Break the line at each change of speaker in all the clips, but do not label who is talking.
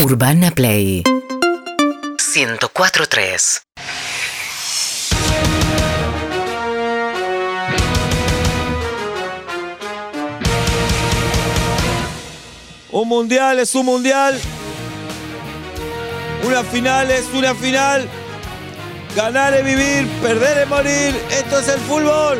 Urbana Play 104.3
Un mundial es un mundial. Una final es una final. Ganar es vivir, perder es morir. Esto es el fútbol.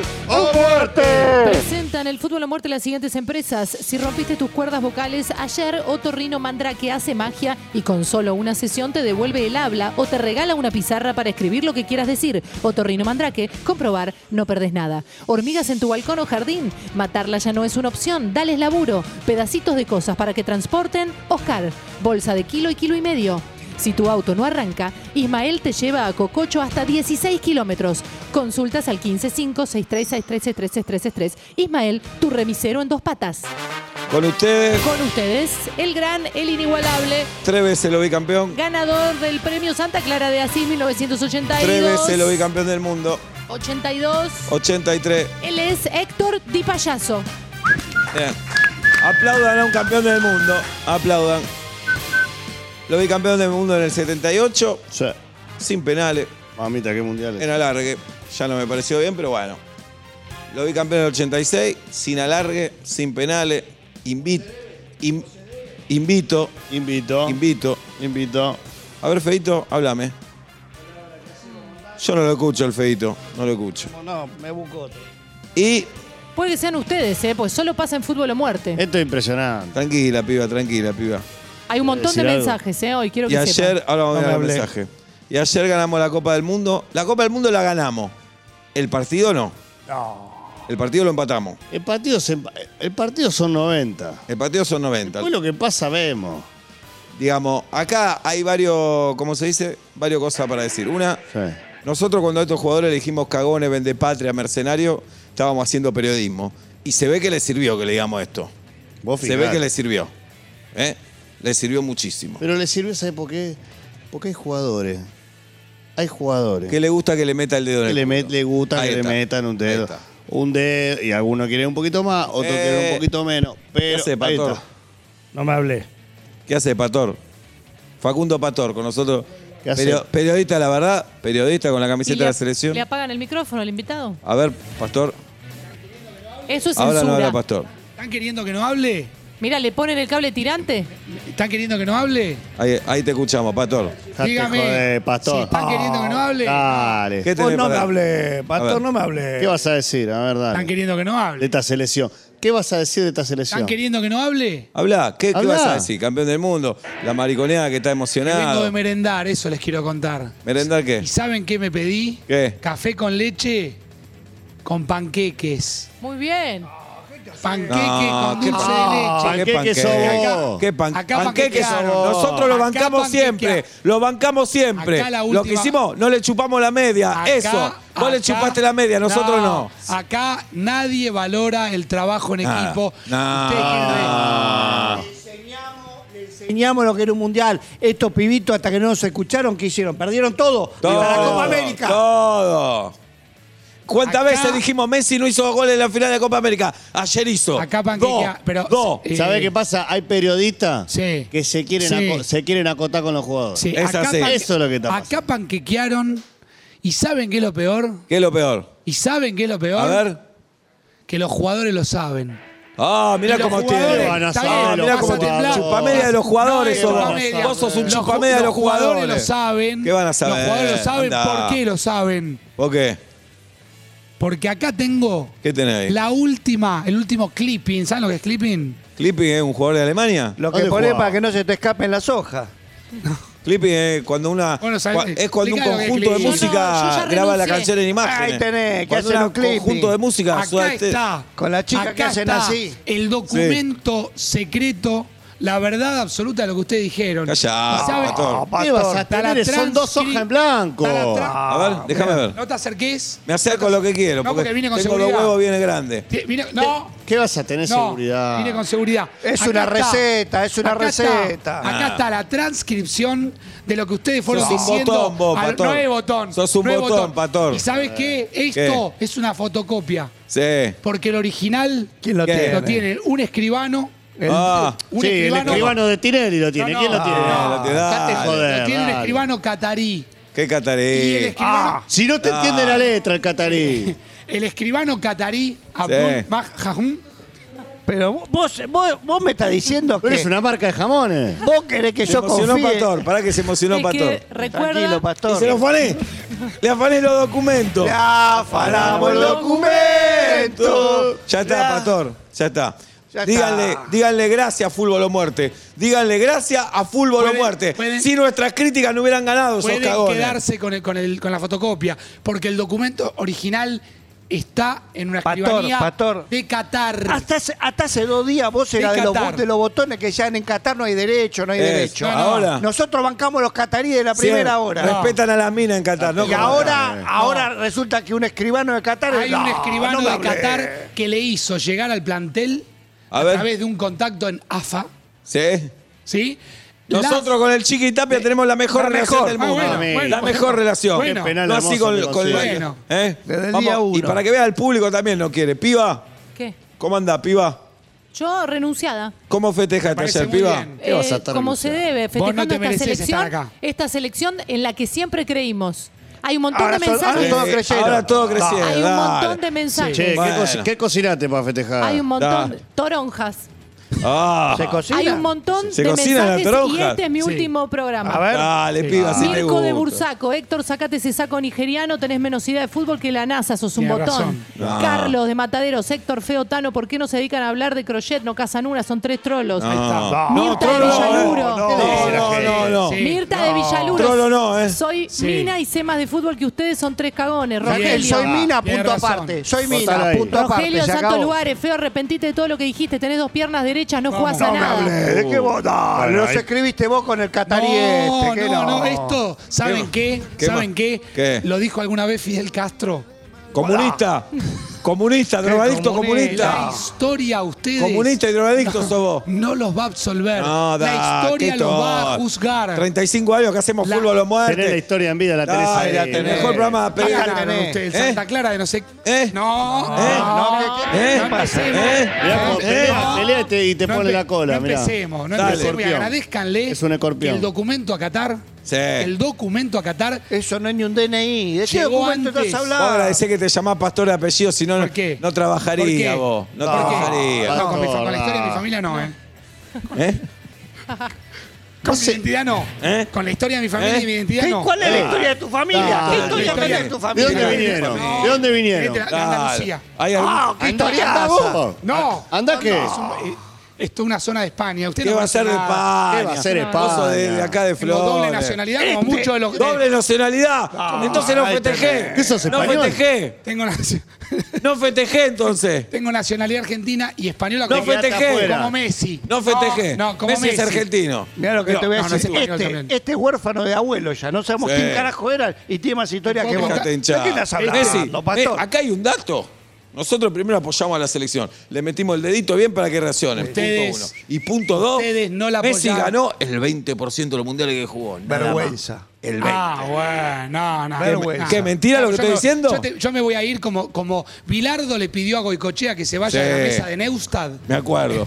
Presentan el fútbol a muerte las siguientes empresas. Si rompiste tus cuerdas vocales, ayer Otorrino Mandrake hace magia y con solo una sesión te devuelve el habla o te regala una pizarra para escribir lo que quieras decir. Otorrino Mandrake, comprobar, no perdés nada. Hormigas en tu balcón o jardín, matarla ya no es una opción, dales laburo, pedacitos de cosas para que transporten. Oscar, bolsa de kilo y kilo y medio. Si tu auto no arranca, Ismael te lleva a Cococho hasta 16 kilómetros. Consultas al 155-6363-6363. Ismael, tu remisero en dos patas.
Con ustedes,
Con ustedes, el gran, el inigualable,
tres veces lo vi campeón.
ganador del premio Santa Clara de Asís 1982.
Tres veces lo vi campeón del mundo.
82.
83.
Él es Héctor Di Payaso.
Bien. Aplaudan a un campeón del mundo. Aplaudan. Lo vi campeón del mundo en el 78,
Sí.
sin penales.
Mamita, qué mundial.
en alargue. Ya no me pareció bien, pero bueno. Lo vi campeón en el 86, sin alargue, sin penales. Invito, invito,
Invito.
invito.
Invito.
A ver, Feito, háblame. Yo no lo escucho, el Feito, no lo escucho.
No, me busco otro.
Y
Puede que sean ustedes, ¿eh? pues solo pasa en fútbol o muerte.
Eh,
Esto es impresionante.
tranquila, piba, tranquila, piba.
Hay un montón de
decir algo?
mensajes ¿eh? hoy, quiero
Y
que sepan.
ayer, ahora vamos a
No
ver el
me hablé.
mensaje. Y ayer ganamos la Copa del Mundo. La Copa del Mundo la ganamos. El partido no. El partido lo empatamos.
El partido, se empa- el partido son 90.
El partido son 90.
Después lo que pasa, vemos.
digamos, acá hay varios, ¿cómo se dice? Varias cosas para decir. Una,
Sí.
nosotros cuando a estos jugadores le dijimos cagones, vendepatria, mercenario, estábamos haciendo periodismo. Y se ve que les sirvió que le digamos esto.
Vos
Se
fijate.
ve que les sirvió. ¿eh? Les sirvió muchísimo.
Pero le sirve, ¿sabes por qué? Porque hay jugadores. Hay jugadores.
¿Qué le gusta que le meta el dedo en
que
el
le, met-
culo?
le gusta
Ahí
que
está.
le metan un
Ahí
dedo.
está.
Un dedo. Y alguno quiere un poquito más, otro
Eh.
quiere un poquito menos.
¿Qué
Pero.
hace
ahí
Pator?
está.
No me hablé.
¿Qué hace Pator? Facundo Pator, con nosotros.
¿Qué hace?
Perio- periodista, la verdad, periodista con la
Y
camiseta
le
de la
ap-
selección.
¿Le apagan el micrófono al invitado?
A ver, Pastor.
Eso es
Ahora no
censura.
habla Pastor.
¿Están queriendo que no hable?
Mira, le ponen el cable tirante.
¿Están queriendo que no hable?
Ahí, ahí te escuchamos, Pastor.
Dejate
Dígame.
joder, pastor. Ah,
Si están queriendo que no hable.
Dale.
¿Qué
¿Qué,
Vos
tenés
Oh, no me
para-
hablé,
A ver.
Pastor, no me hablé.
vas a decir? A ver,
¿Están
dale.
queriendo que no
De
hable?
esta selección. ¿Qué vas a decir de esta selección?
¿Están queriendo que no hable?
Habla, ¿qué, qué
Hablá.
vas a decir? Campeón del mundo, la mariconeada que está
Que vengo
emocionada.
de merendar, eso les quiero contar.
¿Merendar qué?
¿Y saben qué me pedí?
¿Qué?
Café con leche con panqueques.
Muy bien.
Panqueque
No,
con
qué
dulce
pan-
de leche.
Panqueque
panqueque?
sos vos.
¿Qué pan-
Acá
panqueque
panquequearon.
sos vos? Nosotros lo
Acá
bancamos
panquequea-
siempre. Lo bancamos siempre.
Acá la
Lo que
última-
hicimos, no le chupamos la media.
Acá-
Ah, Eso. Vos le
acá-
chupaste la media, nosotros no.
Acá nadie valora el trabajo en
Nada.
equipo.
No.
Ustedes quieren re-
Enseñamos lo que era un mundial. Estos pibitos, hasta que no nos escucharon, ¿qué hicieron? Perdieron todo.
Todo.
Hasta la Copa América.
Todo. ¿Cuántas
Acá-
veces dijimos Messi no hizo goles en la final de Copa América? Ayer hizo.
Acá
dos,
panquequea- pero-
dos.
eh,
¿Sabés qué pasa? Hay periodistas
Sí.
que se quieren,
Sí.
aco- se quieren acotar con los jugadores.
Sí,
Es así.
panque-
Eso es lo que está
Acá panquequearon. ¿Y saben qué es lo peor?
¿Qué es lo peor?
¿Y saben qué es lo peor?
A ver.
Que los jugadores lo saben.
Ah, mira
Y los
cómo
jugadores,
tiene.
Van a
está
saber
bien,
los
vas a
jugadores.
temblar.
Chupamedia de los jugadores
No,
sos vos.
chupamedia.
Vos sos un
Los ju-
chupamedia de los
Los
jugadores.
jugadores lo saben.
¿Qué van a saber?
Los jugadores lo saben.
Andá.
¿Por qué lo saben?
¿Por qué?
Porque acá tengo
¿Qué tenés ahí?
la última, el último clipping. ¿Saben lo que es clipping?
Clipping es un jugador de Alemania.
Lo que
¿Dónde
ponés
jugaba?
para que no se te escapen las hojas.
Clipping es cuando una
Bueno, sabe-
cua- es cuando un
explica lo que es
conjunto de
clipping.
Yo no, yo
música
ya
graba la
renuncié.
canción en imágenes.
Ahí tenés, que
Cuando
hacen
una-
un clipping.
conjunto de música
Acá
suena este-
está.
Con la chica
Acá
que hacen
está
así.
El documento secreto, la verdad absoluta de lo que ustedes dijeron.
Callá,
¿Y saben-
Pastor.
¿Qué vas a
Está la
tener? Son dos
transcri-
hojas en blanco. Ah.
está la tra-
A ver, Ah, déjame ver.
¿No te acerques?
Me acerco a lo que quiero.
No, porque
porque
vine con
tengo los
seguridad.
huevos bien grandes.
Ti- mira- no,
¿Qué vas a tener
no,
seguridad?
Vine con seguridad.
Es una
está.
receta, es una
Acá
receta.
Está, acá está la transcripción de lo que ustedes fueron
Ah. Sos un
diciendo.
botón, vos,
al-
Pastor.
No es botón.
Sos un
no es
botón, Eh, Pastor.
¿Y sabes qué? Esto es una fotocopia.
Sí.
Porque el original
¿Quién lo
¿Qué?
tiene?
lo tiene un escribano
El-
Ah.
un
sí, el
escribano-
escribano de Tinelli lo tiene.
No, no,
¿Quién lo tiene?
no,
lo tiene- dale.
Dejate joder,
Lo tiene el
dale.
escribano catarí.
Qué
Y el
cataré.
escribano,
Si no te
Ah.
entiende la letra, el catarí.
Ah.
el escribano catarí, Abdul
Sí.
Mahjahun,
Pero vos- vos, vos, vos me estás diciendo
Pero es
Eh.
que
una marca de jamones.
vos querés que
Se
yo
emocionó
confíe.
Pastor, pará que se emocionó
Es
Pastor.
que recuerda,
Tranquilo, pastor.
Y se lo afané. Le afané los documentos.
Ya afanamos el documento.
Ya está,
Ya.
Pastor. Ya está.
Ya
díganle,
está.
díganle gracias a Fútbol o Muerte. Díganle gracias a Fútbol o
Pueden-
Muerte.
pueden-
si nuestras críticas no hubieran ganado, esos
pueden
cagones.
quedarse con, el- con, el- con la fotocopia, porque el documento original está en una
Pastor,
escribanía
pastor.
de Qatar.
Hasta hace, hasta hace dos días vos eras
De
de, los,
Qatar.
bo- de los botones que ya en Qatar no hay derecho, no hay
Es,
derecho.
no, no. Ahora.
Nosotros bancamos los cataríes de la
Siempre.
primera hora. Ah,
Respetan a las minas en Qatar. No
Y
como
ahora,
acá.
ahora resulta que un escribano de Qatar
Hay un
No,
escribano
no me
de
hablé.
Qatar que le hizo llegar al plantel
A
a,
ver.
través de un contacto en AFA,
¿Sí?
¿sí? Las-
Nosotros con el Chiqui Tapia tenemos la mejor
la
relación
mejor.
del
Ah,
mundo.
bueno,
bueno,
la
bueno.
mejor relación.
Bueno. Qué
penal
no
hermoso
así con,
que lo
con
hacía.
la-
Bueno.
¿eh?
Desde el
Vamos,
día uno.
Y para que vea el público también no quiere. Piba,
¿Qué?
¿cómo anda, piba?
Yo renunciada.
¿Cómo festeja el
parece
taller,
muy
piba?
bien.
¿Qué vas a estar
Eh, como se
anunciando?
debe,
Vos no
festejando
te
esta
mereces estar
selección,
acá.
esta selección en la que siempre creímos. Hay un montón
Ahora
de
son- ahora
mensajes.
todo creyeron.
Ahora todo creciendo.
Hay un montón de mensajes.
Che, ¿qué,
Bueno.
co- qué cocinaste para festejar?
Hay un montón.
Da.
Toronjas.
Ah,
¿Se cocina?
Hay un montón
Se
de
cocina la
mensajes y
toronja.
este es mi
Sí.
último programa.
A ver.
dale, piba, si te
Mirko
gusta.
de Bursaco, Héctor, sacate ese saco nigeriano, tenés menos idea de fútbol que la NASA, sos un
Tiene
botón.
razón.
No.
Carlos de Mataderos, Héctor Feo Tano, ¿por qué no se dedican a hablar de crochet? No cazan una, son tres trolos.
Ahí está.
No,
Mirta
trolo, eh.
de Villaluro.
no, no, no, no.
Sí.
Mirta de Villaluro.
Trolo no, ¿eh?
Soy
Sí.
mina y sé más de fútbol que ustedes, son tres cagones.
Raquel,
Bien.
soy
Ah,
mina,
tiene
punto
razón.
aparte. Soy
Votala
mina,
ahí.
punto aparte.
Rogelio
se
Santos
acabó.
Lugares, feo, arrepentite de todo lo que dijiste, tenés dos piernas derechas, no
Vamos.
jugás a
No me hablé.
nada.
¿De qué vos? Dale,
Bueno,
los
ahí-
escribiste vos con el catarí
No,
este, que
no, no, esto, ¿saben qué?
¿Qué
¿Saben
más?
qué?
¿Qué?
Lo dijo alguna vez Fidel Castro.
Comunista. Comunista, drogadicto
La
comunista.
historia ustedes
Comunista y drogadicto sos vos.
no los va a absolver.
No, da,
la historia
qué
los va a
tor-
juzgar.
35 años que hacemos
La-
fútbol o muerte.
Tenés la historia en vida, la tenés
Ay,
ahí.
la tenés.
Eh.
Mejor programa de
¿Qué
pelea.
la
ganaron
tenés.
ustedes?
¿Eh?
Santa Clara de no sé.
¿Eh?
No,
¿Eh?
no,
¿qué-
¿Eh?
no empecemos.
¿Eh?
¿Eh? Mirá,
No
po- pelea,
empecemos.
pelea y te, y te
No
pone
empe-
la cola,
No
mirá.
empecemos, no
Dale.
empecemos. Y
Escorpión.
agradezcanle
Es un escorpión.
que el documento a Qatar,
Sí.
el documento a Qatar
Eso no es ni un DNI. ¿De qué
Llegó
documento
antes.
estás
Vos
hablando?
agradecés que te llamás pastor de apellido, si no, no-
¿Por qué?
no trabajaría
¿Por qué?
vos. No,
¿Por qué?
trabajaría.
No, con, mi fa- con
Pastor,
la historia de mi
no.
familia no, ¿eh?
¿Eh?
Con mi identidad no.
¿Eh?
Con la historia de mi familia
¿Eh?
y mi identidad
¿Qué-
no.
¿Cuál es la historia de tu familia?
Dale.
¿Qué historia
Dale.
tenés de tu
¿De
familia?
dónde vinieron? ¿De dónde vinieron?
Vete a- a Este, Andalucía.
Hay algún-
Ah, qué
Anda
historia.
vos.
No.
¿Anda qué?
Es un- eh, Esto es una zona de España.
Ah,
Usted
¿Qué
no
va a
conoce
ser de
nada.
España?
¿Qué va a ser
Vos sos de,
España?
de acá de
Tengo
Flores.
doble nacionalidad, Ah, como muchos de los.
Este, Doble nacionalidad. entonces no festejé.
¿Qué sos,
No
español?
festejé.
Tengo, nacio-
No festejé entonces.
tengo nacionalidad argentina y española
No
como,
quedaste
festejé.
afuera.
como Messi.
No festejé.
No, no, como
Messi
Messi. Ah,
es argentino.
Mira lo que
Pero-
te voy a
no, no,
decir.
es español también.
este, este es huérfano de abuelo ya. No sabemos
Sí.
quién carajo era y tiene más historia que vos.
Dejate
¿De
hinchar.
qué estás hablando,
Messi,
pastor?
eh, acá hay un dato. Nosotros primero apoyamos a la selección. Le metimos el dedito bien para que reaccionen.
Ustedes-
punto uno. Y punto dos,
ustedes no la
Messi
apoyaron.
ganó el 20% de los mundiales que jugó. nada más.
Vergüenza.
El 20%.
Ah, bueno, no, no.
Vergüenza.
no.
¿Qué, mentira lo que
yo
estoy
me-
diciendo?
Yo, te- yo me voy a ir como, como Bilardo le pidió a Goicochea que se vaya
Sí.
a la mesa de Neustad.
Me acuerdo.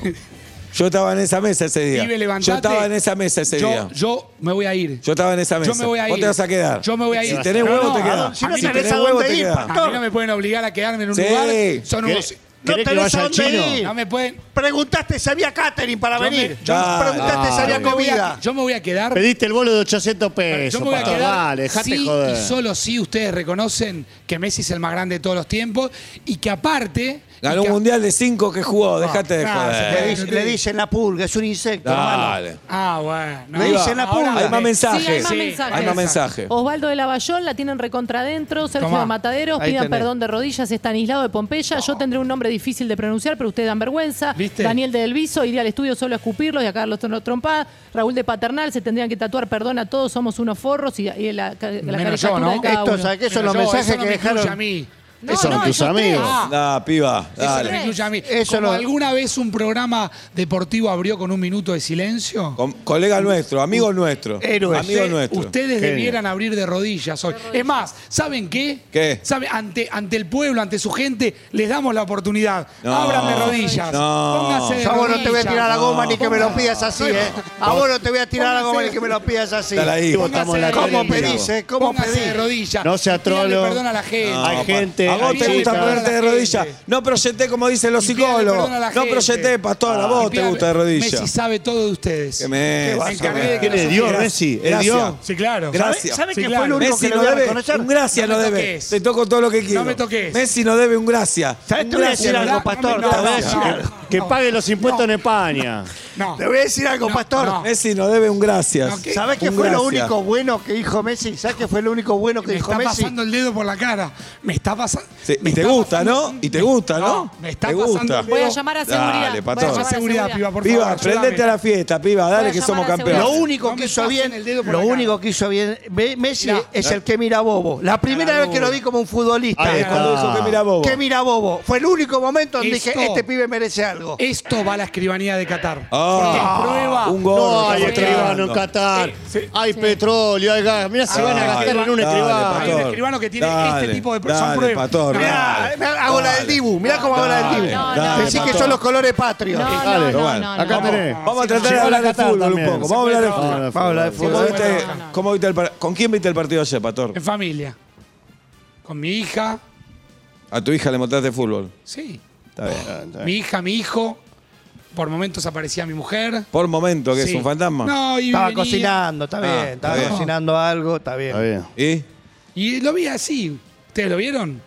Yo estaba en esa mesa ese día.
Pibe, levantate.
Yo estaba en esa mesa ese
Yo-
día.
Yo me voy a ir.
Yo estaba en esa mesa.
Yo me voy a ir.
Vos te vas a quedar.
Yo me voy a ir.
Si tenés
No,
huevo,
no,
te
¿a
quedás.
dónde- si no
si
tenés
tenés
a
huevo,
dónde
te
ir,
quedás.
pa-
A mí no me pueden obligar a quedarme en un
Sí.
lugar. Son unos.
¿Querés-
No
¿Querés que
tenés
vaya
a
al
dónde
chino?
ir.
No me pueden.
Preguntaste si había catering para
Yo me-
venir.
yo-
Dale.
Preguntaste si había
Yo me voy a-
comida.
Yo me voy a quedar.
Pediste el bolo de 800
Yo
pesos,
me voy a
pastor.
quedar.
Dale, dejate
sí,
joder.
Y solo si ustedes reconocen que Messi es el más grande de todos los tiempos y que aparte.
Ganó
y
un
que a-
mundial de cinco que
Ah,
jugó. Dejate de
no,
joder.
se
Le,
puede-
dice- le dicen la pulga, es un insecto, hermano.
Dale.
Ah, bueno.
Le
no.
dicen la
Ahora
pulga.
dale.
Hay más mensajes.
Sí, hay más
Sí,
mensajes.
Hay más mensajes.
Osvaldo de Lavallón la tienen recontra adentro. Sergio
Tomá.
de Mataderos,
Ahí
pidan
tenés.
perdón de rodillas. Estanislao de Pompeya. Yo tendré un nombre difícil de pronunciar, pero ustedes dan vergüenza.
¿Viste?
Daniel de Delviso, iría al estudio solo a escupirlos y a Carlos Trompada. Raúl de Paternal, se tendrían que tatuar perdón a todos, somos unos forros y, y la, ca- la
Menos yo,
caricatura
¿no?
de cada
Esto,
uno.
¿sabes qué? Son
Pero
los
yo,
mensajes
eso no
que
me incluye
dejaron.
a mí.
No,
Esos son
no, Ah,
tus
esos
amigos.
Ah.
tres.
Nah, piba,
Eso no
dale.
incluye a mí.
Eso
Como
no-
alguna vez un programa deportivo abrió con un minuto de silencio.
Com- colega nuestro,
Uh,
amigo nuestro.
Héroes.
Amigo
Sí,
nuestro.
Ustedes
Genio.
debieran abrir de rodillas hoy. Es más, ¿saben qué?
¿Qué?
¿Sabe? Ante, ante el pueblo, ante su gente, les damos la oportunidad.
No.
Abran de rodillas.
No.
Pónganse de
Yo a vos no te voy a
rodillas.
tirar la goma ni que me lo
Pónganse-
pidas así, ¿eh? A vos no te voy a tirar la goma ni que me lo pidas así.
Dale ahí.
Votamos la
Pónganse de
tele y
rodillas.
miramos.
pedís, eh? ¿Cómo
Pónganse
pedís?
de rodillas.
No sea
Pídanle
trolo.
perdón a la gente.
No,
Hay
pa-
gente,
A vos
hay
te gusta
chicas.
ponerte de
Perdón a la
rodillas.
gente.
No proyecté como dicen los
Y pídanle
psicólogos.
perdón a la
No
gente.
proyecté, pastor. A
Y
vos te
pídanle-
gusta de
Messi
rodillas.
sabe todo de ustedes.
Que me-
Me encargué de que
¿Quién es
las
Dios,
supieras.
Messi? ¿Es
Gracias.
Dios?
Sí, claro.
Gracias.
¿Sabe
Sí,
que
claro.
fue lo único
Messi
que
no
lo voy a
debe,
reconocer?
un gracias
No
no
me
debe.
toques.
Te toco todo lo que quiero.
me toques.
Messi no debe un gracias.
¿Sabes?
Un
Te voy a
gracias
decir
no
algo,
debe.
pastor.
No,
Te voy a
no,
decir
no.
algo.
Que pague los impuestos en España.
No.
Te voy a decir algo,
No,
pastor.
no.
Messi no debe un gracias.
No, ¿qué?
¿Sabés qué
Un
fue lo
gracias.
único bueno que dijo Messi? ¿Sabés qué fue lo único bueno que
Me
dijo
está
Messi?
pasando el dedo por la cara. Me está pasando.
Sí, y te gusta, ¿no? Y te gusta, ¿no?
Me está
Te
pasando
gusta.
el dedo.
Voy a llamar a seguridad.
Dale,
Voy a
Pastor.
Llama
llamar
a seguridad, piba, por favor.
Piba,
ayúdame.
prendete a la fiesta, piba. Dale
Voy a
que somos
llamar a
campeones.
Lo
seguridad.
único
No me
que hizo
pasen
bien,
el dedo por
lo
la cara.
único que hizo bien Be- Messi
Mirá.
es el que mira a bobo. La primera vez que lo vi como un futbolista.
Ahí está.
Cuando hizo que mira bobo.
Que mira a bobo. Fue el único momento donde
Esto-
dije, este pibe merece algo.
Esto va a la escribanía de Qatar.
Ah,
porque prueba.
un gol.
No hay
estamos
escribano en
tratando.
Qatar. Hay petróleo, hay gas. Mirá, se van a
Dale,
gastar en un
dale,
escribano.
Hay un
Pastor.
escribano que tiene
Dale,
este tipo de
dale,
son pruebas. eh,
Pastor,
No,
Mirá,
dale,
me hago la del
dale.
Dibu. Mirá cómo hago la del Dibu.
No, no,
Decís
no,
que
no.
son los colores patrios.
No, no,
Dale,
no,
bueno,
no,
acá
no.
tenés.
Vamos a tratar de
Llegó
hablar de
Qatar
fútbol
también.
un poco. Vamos a hablar de fútbol.
Vamos a hablar de fútbol.
¿Cómo viste-
puede hablar.
cómo viste el par- ¿Con quién viste el partido ayer, Pastor?
En familia. Con mi hija.
A tu hija le mostraste fútbol.
Sí.
Está bien.
Mi hija, mi hijo. Por momentos aparecía mi mujer.
Por momento, que es
Sí.
un fantasma.
No, y
Estaba
venía.
cocinando, está bien.
Ah,
estaba
está bien.
cocinando algo, está bien.
Está bien.
¿Y?
Y lo vi así. ¿Ustedes lo vieron?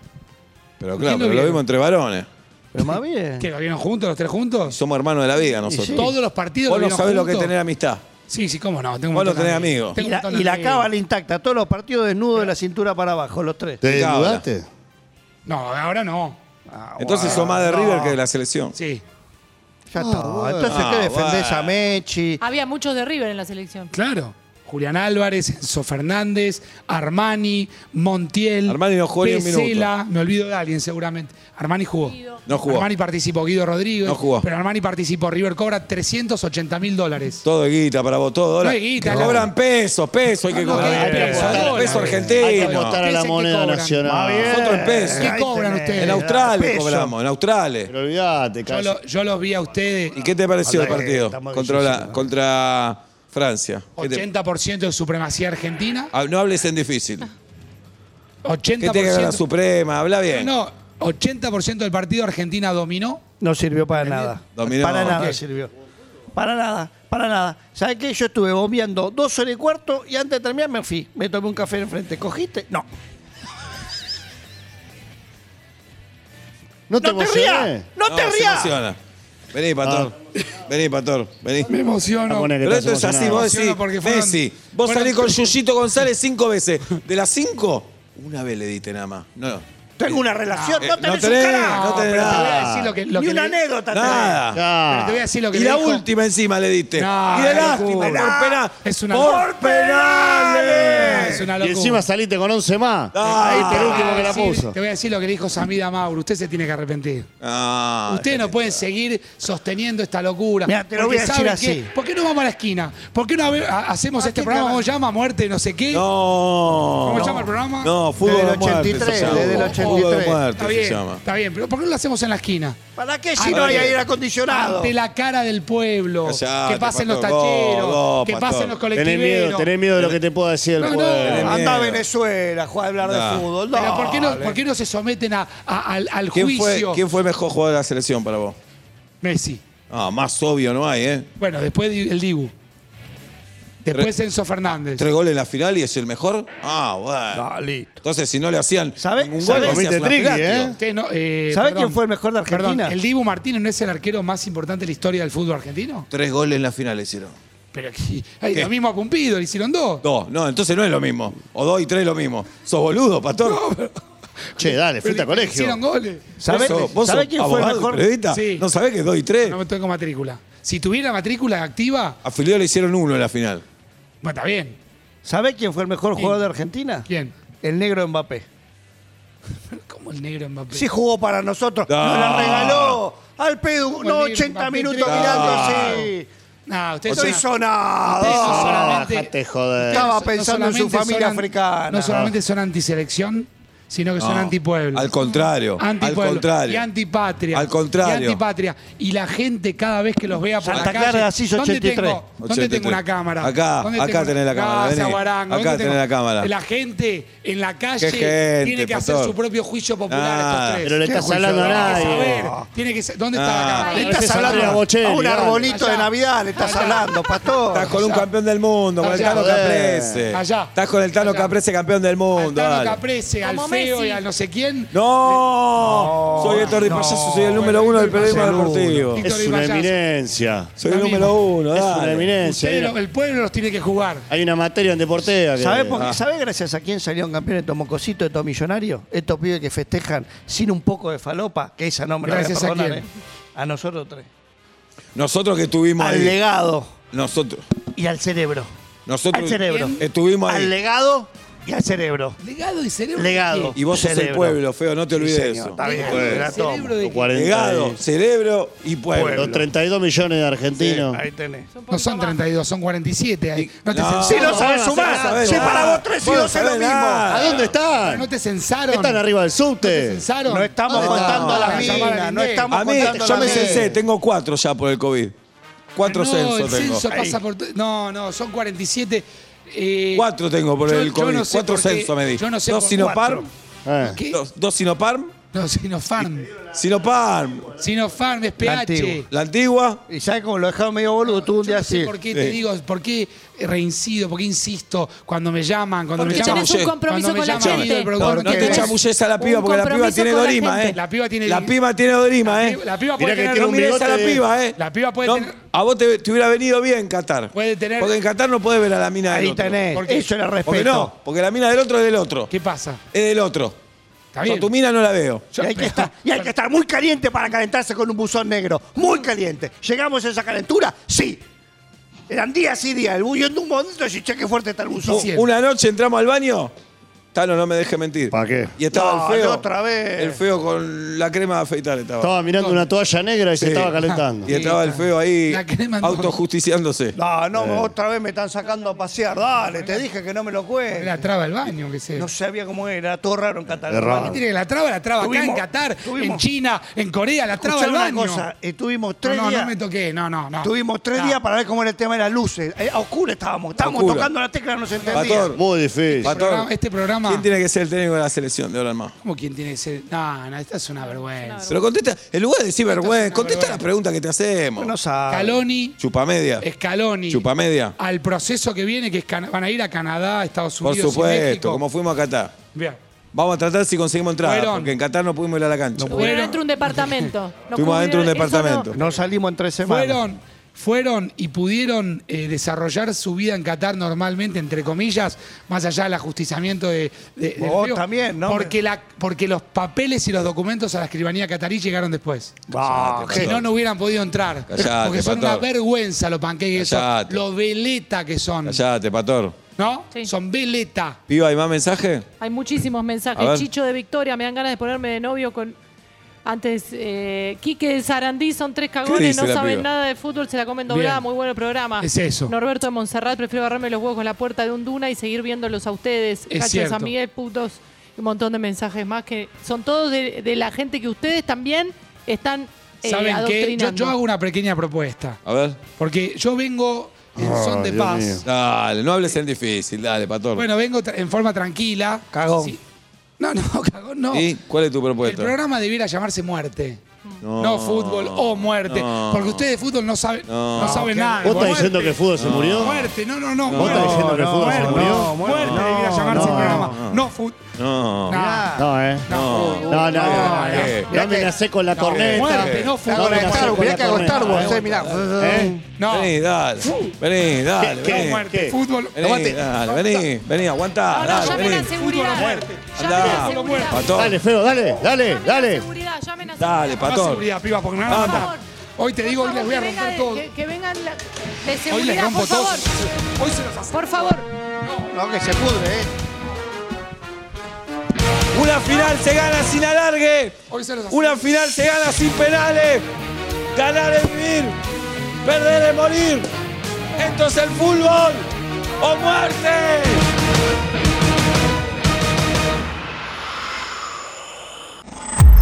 Pero
¿Quién
claro,
lo
pero lo
vio?
vimos entre varones.
Pero más bien.
¿Que lo vieron juntos, los tres juntos?
Somos hermanos de la vida nosotros.
Todos los partidos
Vos
lo
no
vieron
sabés lo que es
juntos.
tener amistad.
Sí, sí, cómo no. Tengo un
Vos no
montón de
tenés amigos.
Y
Tengo un
la,
montón de
y la
amigos.
cábala intacta, todos los partidos desnudos de la cintura para abajo, los tres.
¿Te
Picaba.
desnudaste?
No, ahora no.
Ah,
Ah,
Entonces sos más de River que de la selección.
Sí.
Ya está. Entonces,
Ah,
¿qué defendés
bueno.
a Mechi?
Ah,
Había muchos de River en la selección.
Claro. Julián Álvarez, Enzo Fernández, Armani, Montiel.
Armani no jugó ni un minuto.
Pesela, me olvido de alguien seguramente. Armani jugó.
No jugó.
Armani participó, Guido Rodríguez.
No jugó.
Pero Armani participó. River cobra 380 mil dólares.
Todo de guita para vos, todo dólar.
No hay guita,
Que
no.
cobran pesos, pesos, hay que
No, no,
cobrar.
hay que
pesos,
apostar.
dólar, peso
Hay que
Hay que
argentino.
apostar a
Piensen
la
que
moneda
cobran.
nacional.
Nosotros el peso.
¿Qué
Ahí
cobran
tenés.
Este,
ustedes?
En Australia
Peso.
cobramos, en Australia.
Pero olvidate,
Yo,
casi.
lo- yo los vi a ustedes.
¿Y qué te pareció el
Anda, eh,
partido
estamos
contra, la-
difíciles.
contra Francia? ¿Qué te-
80% de supremacía argentina.
Ah, No hables en difícil.
80%.
Ah, ¿Qué te que la Suprema? Habla bien.
No, 80% del partido Argentina dominó.
No sirvió para nada.
Dominó.
Para nada
Ok.
sirvió. Para nada, para nada. ¿Sabes qué? Yo estuve bombeando dos horas y cuarto y antes de terminar me fui. Me tomé un café enfrente. ¿Cogiste? No.
No te
¡No te rías!
emociones.
¡No, te
se
rías!
emociona. Vení, Pastor. Vení, Pastor. Vení.
Me emociono.
Pone que
Pero
estás
esto es así,
Ah. emocionado.
vos decís,
Emociono porque fueron-
Messi, vos
fueron-
salís con Yuyito González cinco veces. ¿De las cinco? Una vez le diste nada más. No, no.
Tengo una relación.
Eh,
no
no
tenés
tenés,
un carajo.
no tenés
pero te voy a
nada.
decir lo que, lo
Ni
que
una
le-
anécdota. tenés.
Nada.
Pero te voy a
Ya.
decir lo que
Y
le
la
dijo.
última encima le diste.
No,
y de
qué
lástima,
locura.
por penales.
Es una
¡Por
locura.
penales!
Es una
Y
locura.
encima saliste con 11 más.
Ah,
Ahí
Ahí
está.
el
Te voy a
último que la
decir-
puso.
Te voy a decir lo que le dijo Samida Mauro. Usted se tiene que arrepentir.
Ah,
Ustedes no pueden seguir sosteniendo esta locura.
Mirá, te lo
Porque
voy a decir
¿saben
así. Ah,
qué? ¿Por qué no vamos a la esquina? ¿Por qué no habe- ha- hacemos
¿A
este
quién
programa?
te
¿Cómo
va?
llama? Muerte, no sé qué.
No.
¿Cómo se llama el programa?
No, fútbol
Desde el
de muerte.
83,
se llama.
desde el
Fútbol de
83.
muerte
Está
se
bien,
llama.
está bien, pero ¿por qué no lo hacemos en la esquina?
¿Para qué
Ay,
si no hay
vale.
aire acondicionado?
Ante la cara del pueblo,
Callate,
que pasen los
Pastor.
tacheros,
Vos, vos,
que
Pastor.
pasen los
Tenés
colectiveros.
miedo, tenés miedo de lo que te pueda decir el
No, no.
juez.
Tenés
Anda a
miedo.
Venezuela, juega a hablar
Nah.
de fútbol.
Pero ¿por qué, no,
Dale.
por qué no se someten a- a- al, al
¿Quién fue,
juicio?
¿Quién fue el mejor jugador de la selección para vos?
Messi.
Ah, más obvio no hay, ¿eh?
Bueno, después di- el Dibu. Después Enzo Fernández.
Tres goles en la final y es el mejor. Ah, bueno.
Dale.
Entonces, si no le hacían
¿Sabe-
ningún
sabe-
gol, le hacías
Comiste
una
triqui,
pelota,
¿eh?
tío.
Usted no, eh,
¿Sabe
perdón.
quién fue el mejor de Argentina?
Perdón, ¿el Dibu Martínez no es el arquero más importante de la historia del fútbol argentino?
Tres goles en la final le hicieron.
Pero aquí, ay,
¿Qué?
lo mismo a Pumpido, le hicieron dos.
Dos, no, entonces no es lo mismo. O dos y tres lo mismo. ¿Sos boludo, pastor?
Che, dale,
Pero
fuiste a
le- le
colegio.
Hicieron goles.
¿Vos
¿Sabe-
sos- vos
sabe
sos
quién fue el
abogado,
mejor?
periodista?
Sí.
¿No sabés que es dos y tres?
No me tengo matrícula. Si tuviera matrícula activa,
A Filió le hicieron uno en la final.
bueno, está bien.
¿Sabe quién fue el mejor jugador de Argentina?
¿Quién?
El negro Mbappé.
¿Cómo ¿Cómo el negro Mbappé?
Sí jugó para nosotros.
No.
Nos la regaló al pedo. No,
Mbappé,
80 minutos
Mbappé,
mirando
Mbappé.
así.
No,
No
ustedes son-
hizo nada.
ustedes no son-
Ah,
solamente-
dejate joder.
Estaba
ustedes
pensando en su
solamente
familia
son an-
africana.
No solamente son antiselección, sino que son
No,
antipueblo.
Al contrario. Al
Antipueblo
contrario.
Y antipatria.
Al contrario.
Y antipatria. Y la gente cada vez que los vea por la
Santa
calle.
Clara, CIS
¿dónde
83?
tengo, ¿Dónde
83?
tengo una cámara?
Acá,
¿Dónde
acá tenés la cámara,
Gaza,
vení.
Guarango?
Acá
¿Dónde tengo?
tenés la cámara.
La gente en la calle
Qué gente,
tiene que hacer
pastor.
su propio juicio popular
Ah,
estos tres.
Pero le
Qué
estás
juicio,
hablando a
no,
Tiene que
nadie.
saber, tiene que ser- ¿Dónde está la
Ah.
cámara?
Le
Ahí
estás
se
hablando
Andrea Bocelli,
a un
dale.
arbolito de
Allá.
Navidad, le estás
Allá.
hablando, pastor.
Estás con un campeón del mundo, con el
Allá.
Tano Caprese.
Allá.
Estás con el Tano
Allá.
Caprese, campeón del
Al
mundo.
Tano
dale.
Caprese, al
Como
feo
Messi.
y al no sé quién.
No, soy Héctor Di Payaso, soy el número uno del periodismo
Héctor Di Payaso.
deportivo.
Héctor
Es
Di
una
Payaso.
eminencia.
Soy el
Lo mismo.
número uno,
Es una
dale.
eminencia. Hay
Ustedes,
una-
lo- el pueblo los tiene que jugar.
Hay una materia en deportea. que-
¿Sabés, por-
Ah.
sabés gracias a quién salieron campeones estos mocositos, estos millonarios? Estos pibes que festejan sin un poco de falopa, que esa no me la voy
Gracias a
perdonar,
quién.
¿eh? A nosotros tres.
Nosotros que estuvimos
Al
ahí.
legado
Nosotros.
y al cerebro.
Nosotros
al cerebro.
estuvimos
Al
ahí.
legado y al cerebro.
Legado y cerebro.
Legado.
Y vos sos el
Cerebro.
pueblo, feo, no te
Sí,
olvides de
señor,
eso.
Está bien,
Pues,
me la tomo.
Cerebro de
Los
que-
40 y-
Legado, cerebro y
Los
pueblo.
32 millones de argentinos.
Ahí tenés.
No son 32, son 47. ahí. No te
No.
censaron.
Si no sabes
no
sumar,
sabés
si
nada.
para vos tres
Vos
y
no
dos es lo
sabés
mismo.
nada.
¿A dónde
No
están?
te censaron.
Están arriba del
¿Te
subte.
censaron?
No estamos
No,
contando
no,
las
Ah,
no,
minas, no estamos
A mí,
contando
yo
las
me
minas.
censé, tengo cuatro ya por el COVID. Cuatro
no,
censos
el
tengo.
censo pasa por. tu- No, no, son 47. eh,
Cuatro tengo por
yo-
el
yo
COVID.
no sé
cuatro
por qué-
censos me di.
Yo no sé
dos
por-
Sinopharm,
cuatro.
Ah.
¿Qué?
dos, dos Sinopharm,
No, Sinopharm.
Sinopharm,
Sinopharm es
La
PH.
antigua.
la antigua.
Y sabes cómo lo dejaron medio boludo, tú un
Yo
día
no sé
así.
por qué te
Sí.
digo, por qué reincido, por qué insisto cuando me llaman, cuando
Porque
me llaman.
tenés un
compromiso
cuando me
con la
llaman,
gente.
querido el
No,
productor,
no
que
te
tenés-
chamulles a la piba
un
porque la piba
compromiso
tiene
con la
dorima,
gente.
¿eh?
La piba tiene-
La piba tiene dorima, ¿eh?
La piba
Mirá
puede
que
tener
tiene
No
un
dominio-
mires a la
bigote de-
piba, ¿eh?
La piba puede
No,
tener-
A vos te, te hubiera venido bien Qatar.
Puede tener-
Porque en Qatar no podés ver a la mina del
Ahí
otro.
tenés.
¿Por qué?
Eso era
Porque
respeto.
no, porque la mina del otro es del otro.
¿Qué pasa?
Es del otro.
Está
Yo
bien.
a tu mina no la veo.
Y hay, que estar, y hay que estar muy caliente para calentarse con un buzón negro. Muy caliente. ¿Llegamos a esa calentura? Sí. Eran días y días. El bullón de un momento y che, qué fuerte está el buzón.
Sí, sí.
Una noche entramos al baño. Tano, no me deje mentir.
¿Para qué?
Y estaba
No,
el feo.
no, otra vez.
El feo con la crema de afeitar estaba.
Estaba mirando una toalla negra y se
Sí.
estaba calentando.
Y estaba el feo ahí
La crema no.
autojusticiándose.
No, no,
Eh.
otra vez me están sacando a pasear. Dale, te dije que no me lo
La
cuentes.
traba el baño, que sé.
No sabía cómo era, todo raro en
Es raro.
Cataluña.
Tiene que la traba, la traba acá en
Tuvimos-
Qatar, en
tuvimos-
China, en Corea, la traba
Escuchame
el
una
baño.
cosa, estuvimos
no,
tres
no,
días.
no me toqué, no, no, no.
Tuvimos tres
No.
días para ver cómo era el tema de las luces. Eh, A oscuras estábamos. Estábamos
Oscuro.
tocando la tecla, no se entendía.
Pastor,
Muy difícil.
Pat-
Programa- este programa.
¿Quién tiene que ser el técnico de la selección de ahora en más?
¿Cómo quién tiene ese? No, no, esta es una vergüenza.
Pero contesta, en lugar de decir vergüenza, contesta
vergüenza.
las preguntas que te hacemos.
No sabe.
Caloni,
Chupamedia.
Scaloni.
Chupamedia.
Al proceso que viene, que es Cana- van a ir a Canadá, Estados
Por
Unidos. y
supuesto,
México.
como fuimos a Qatar.
Bien.
Vamos a tratar si conseguimos entrar,
Fueron.
porque en Qatar no pudimos ir a la cancha.
No
Estuvieron
Bueno.
dentro de un departamento. No
Estuvimos adentro de un
cubrieron- eso
departamento.
No salimos en tres semanas.
Fueron, fueron y pudieron eh, desarrollar su vida en Qatar normalmente, entre comillas, más allá del ajusticiamiento de, de- del
Vos
feo,
también, ¿no?
Porque, la, porque los papeles y los documentos a la escribanía catarí llegaron después.
Bah,
Cállate,
qué-
Si no, no hubieran podido entrar.
Callate,
porque son
Pastor.
una vergüenza los panqueques que son.
Callate.
Los veleta que son.
Callate, Pator.
¿No?
Sí.
Son veleta.
Piba, ¿hay más mensaje?
Hay muchísimos
A
mensajes.
ver.
Chicho de Victoria, me dan ganas de ponerme de novio con. Antes, eh, Quique de Sarandí son tres cagones,
dice
no
la
saben
piba?
nada de fútbol, se la comen doblada,
Bien.
muy bueno el programa.
Es eso.
Norberto de Montserrat, prefiero agarrarme los huevos con la puerta de un duna y seguir viéndolos a ustedes.
Es
Cacho de
cierto.
San Miguel, putos, un montón de mensajes más que son todos de, de la gente que ustedes también están eh,
¿Saben qué? Yo,
adoctrinando.
yo hago una pequeña propuesta.
A ver.
Porque yo vengo en
Ah,
son de
Dios
paz.
mío.
Dale, no hables en difícil, dale, Pator.
Bueno, vengo tra- en forma tranquila.
Cagón.
Sí. No, no, cagón, no.
¿Y cuál es tu
El
propuesta?
programa debiera llamarse Muerte.
No.
No, fútbol o muerte.
No.
Porque ustedes de fútbol no saben, no.
No.
saben nada.
¿Vos estás
Muerte.
diciendo que el fútbol se murió?
Muerte, no, no, no.
¿Vos
muerte.
estás diciendo que el fútbol se
Muerte,
murió?
muerte debiera llamarse el programa. No, fútbol.
No.
No, eh.
No.
No, no, no.
no.
eh. No amenacé con la corneta.
muerte, no
No
fútbol.
amenacé
Claro,
con
mirá
la
que hago Star Wars,
corneta.
eh, mirá.
¿Eh?
No,
Vení, dale. Vení, dale.
¿Qué?
Vení.
muerte,
¿Qué?
fútbol.
Vení, dale, vení, vení, aguantá,
No, no,
dale,
llamen a
vení.
seguridad.
eh. Fútbol o muerte.
Llamen a
Andá.
seguridad.
Pator,
Dale, feo, dale, dale,
Llamen a
dale.
seguridad, llamen a
dale,
seguridad.
Más
Pator.
seguridad, piba, porque me van a
Vamos.
matar. Hoy te
Por
digo, hoy
favor,
les voy a
que venga
romper
de-
todo.
Que, que vengan la- de
Hoy les
seguridad,
rompo
por
todo.
favor.
Hoy se los hace.
Por favor.
No, que se pudre, eh.
Una final se gana sin alargue.
Hoy se los hace.
Una final se gana sin penales. Ganar es vivir. Perder es morir. Esto es el fútbol. ¡O muerte!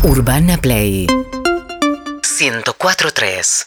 Urbana Play 104.3